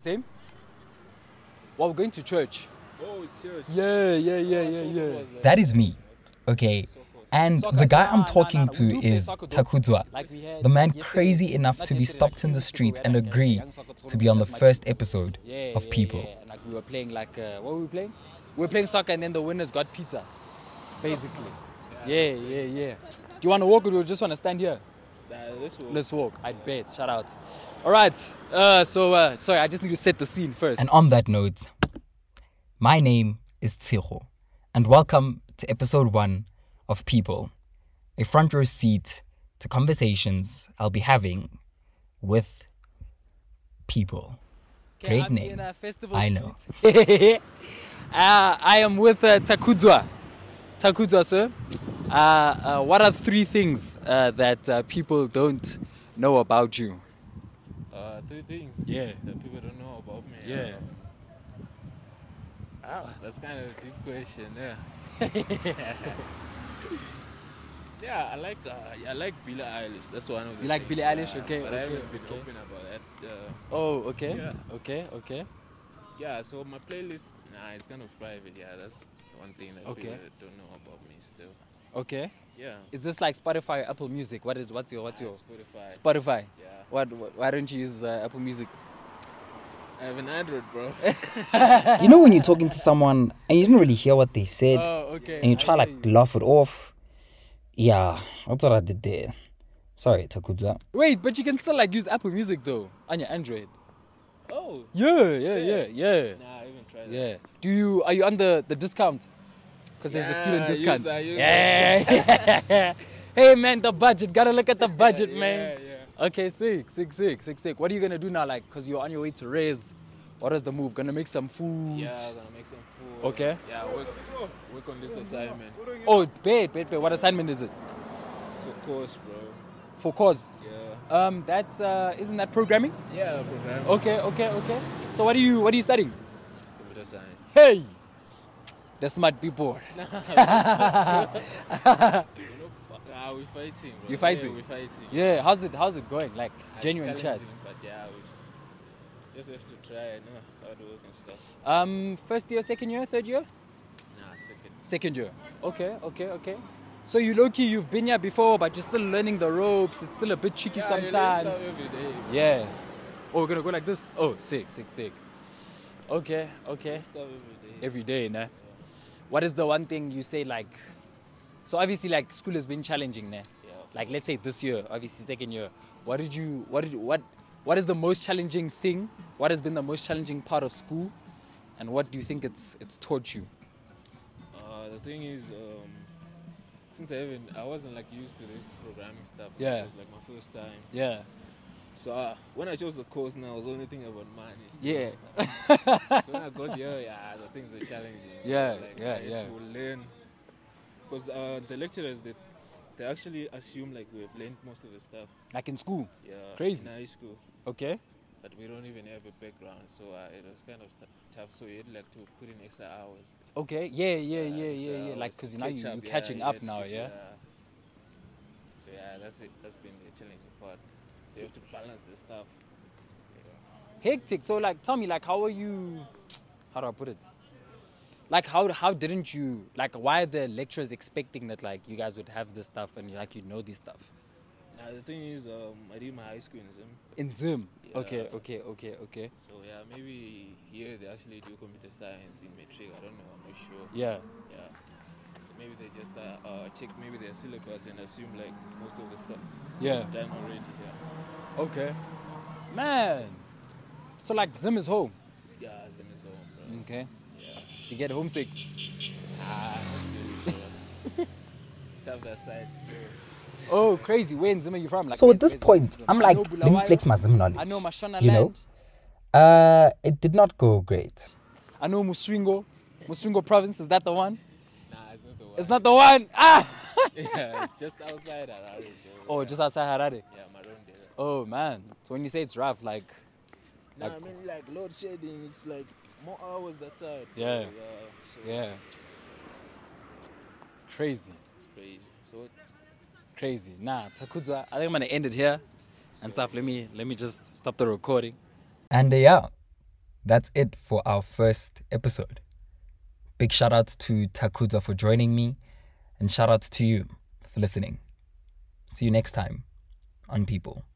Same? Well, we're going to church. Oh, it's serious. Yeah, yeah, yeah, yeah, yeah. That is me. Okay. And the guy I'm talking to is Takuzwa, the man crazy enough to be stopped in the street and agree to be on the first episode Yeah, of yeah, People. yeah. And like we were playing like uh, what were we playing? We were playing soccer and then the winners got pizza. Basically. Yeah, yeah, yeah. Do you wanna walk or do you just wanna stand here? this will. Let's walk. I bet. Shout out. Alright. Uh so uh sorry, I just need to set the scene first. And on that note, my name is Tsiro, and welcome to episode one of People, a front row seat to conversations I'll be having with people. Great I'm name. in a festival I know. street. uh, I am with uh, Takuzwa. Takuzwa, sir. Uh, uh, what are three things uh, that uh, people don't know about you? Uh, three things. Yeah. That people don't know about me. Yeah. Uh, ah, that's kind of a deep question. Yeah. yeah, I like uh, I like Billie Eilish. That's one of the You like things, Billie Eilish? yeah, Okay, But I okay, haven't been okay. open about that. Uh, Oh, okay. Yeah. Okay, okay. yeah. So my playlist, nah, it's kind of private. Yeah, that's the one thing that Okay. people don't know about me still. Okay. Yeah. Is this like Spotify, Apple Music? What is what's your what's your Spotify. Spotify? yeah. What, what why don't you use uh, Apple Music? I have an Android, bro. You know when you're talking to someone and you didn't really hear what they said, okay. and you try like laugh it off. Yeah, that's what I did there. Sorry, Takudza. Wait, but you can still like use Apple Music though on your Android. oh. Yeah, yeah, yeah, yeah. Nah, I haven't tried that. Yeah. Do you are you under the discount? Because there's a student Yeah, I use- discount. I use- yeah. hey man, the budget. Gotta look at the budget, man. yeah, Okay, sick, sick, sick, sick, sick. What are you gonna do now? Like, cause you're on your way to raise. What is the move? Gonna make some food. Yeah, I'm gonna make some food. Okay. Yeah, work, work on this assignment. Oh, babe, babe, babe. What assignment is it? It's for course, bro. For cause. Yeah. Um, that's uh, isn't that programming? Yeah, program. Okay, okay, okay. So what are you what are you studying? Computer science. Hey, the smart people. You know, fu- ah, we fighting, bro. You fighting? Yeah, we fighting. Yeah, how's it how's it going? Like Ah, it's genuine chats. challenging, But yeah, we s- just have to try, no? Hard work and stuff. Um, first year, second year, third year. Nah, second. Second year. Okay, okay, okay. So you low key, you've been here before, but you're still learning the ropes. It's still a bit tricky Yeah, you learn sometimes. stuff every day. bro. Yeah. Oh, we're gonna go like this. Oh, sick, sick, sick. Okay, okay. Stuff every day. Every day, nah. What is the one thing you say like? So obviously, like school has been challenging, nah. Yeah. Like let's say this year, obviously second year. What did you? What did you, what? What is the most challenging thing? What has been the most challenging part of school? And what do you think it's it's taught you? Uh, the thing is, um, since I haven't, I wasn't like used to this programming stuff. Yeah. It was like my first time. Yeah. So uh, when I chose the course, now I was only thinking about money. Yeah. so when I got here, yeah, the things were challenging. Yeah, like, yeah, I had yeah. To learn, because uh, the lecturers they they actually assume like we've learned most of the stuff. Like in school. Yeah. Crazy. In high school, Okay. but we don't even have a background, so uh, it was kind of st- tough. So you had like to put in extra hours. Okay. Yeah, yeah, uh, yeah, extra yeah, yeah. Like, hours because to now you, catch you're yeah, catching you up had to now, catch- yeah? So yeah, that's it. That's been the challenging part. So you have to balance the stuff. Hectic. So, like, tell me, like, how are you, how do I put it? Like, how, how didn't you, like, why are the lecturers expecting that, like, you guys would have this stuff and, like, you know this stuff? Now the thing is, um, I did my high school in Zim. In Zim. Yeah. Okay, okay, okay, okay. So yeah, maybe here they actually do computer science in metric. I don't know. I'm not sure. Yeah. Yeah. So maybe they just uh, uh, check maybe their syllabus and assume like most of the stuff Yeah. is done already. Yeah. Okay. Man. So, like, Zim is home. Yeah, Zim is home. Bro. Okay. Yeah. Did you get homesick? Ah, really, bro. it's tough that side still. Oh, crazy. Where in Zim are you from? Like, So where's- at this where's point, Zim? I'm I like, know let me Bulawayo. flex my I Zim know knowledge. Mashonaland. You know? Uh, it did not go great. I know Muswingo. Muswingo province, is that the one? Nah, it's not the one. It's not the one. Ah! yeah, it's just outside Harare. Bro. Oh, just outside Harare. Yeah, Maroon there. Oh, man. So when you say it's rough, like, Nah, I mean like load shedding. It's like more hours that side. bro. Yeah. Yeah. So yeah. Crazy. It's crazy. So Crazy. Nah, Takudza, I think I'm going to end it here and stuff. Let me, let me just stop the recording. And uh, yeah, that's it for our first episode. Big shout out to Takuza for joining me, and shout out to you for listening. See you next time on People.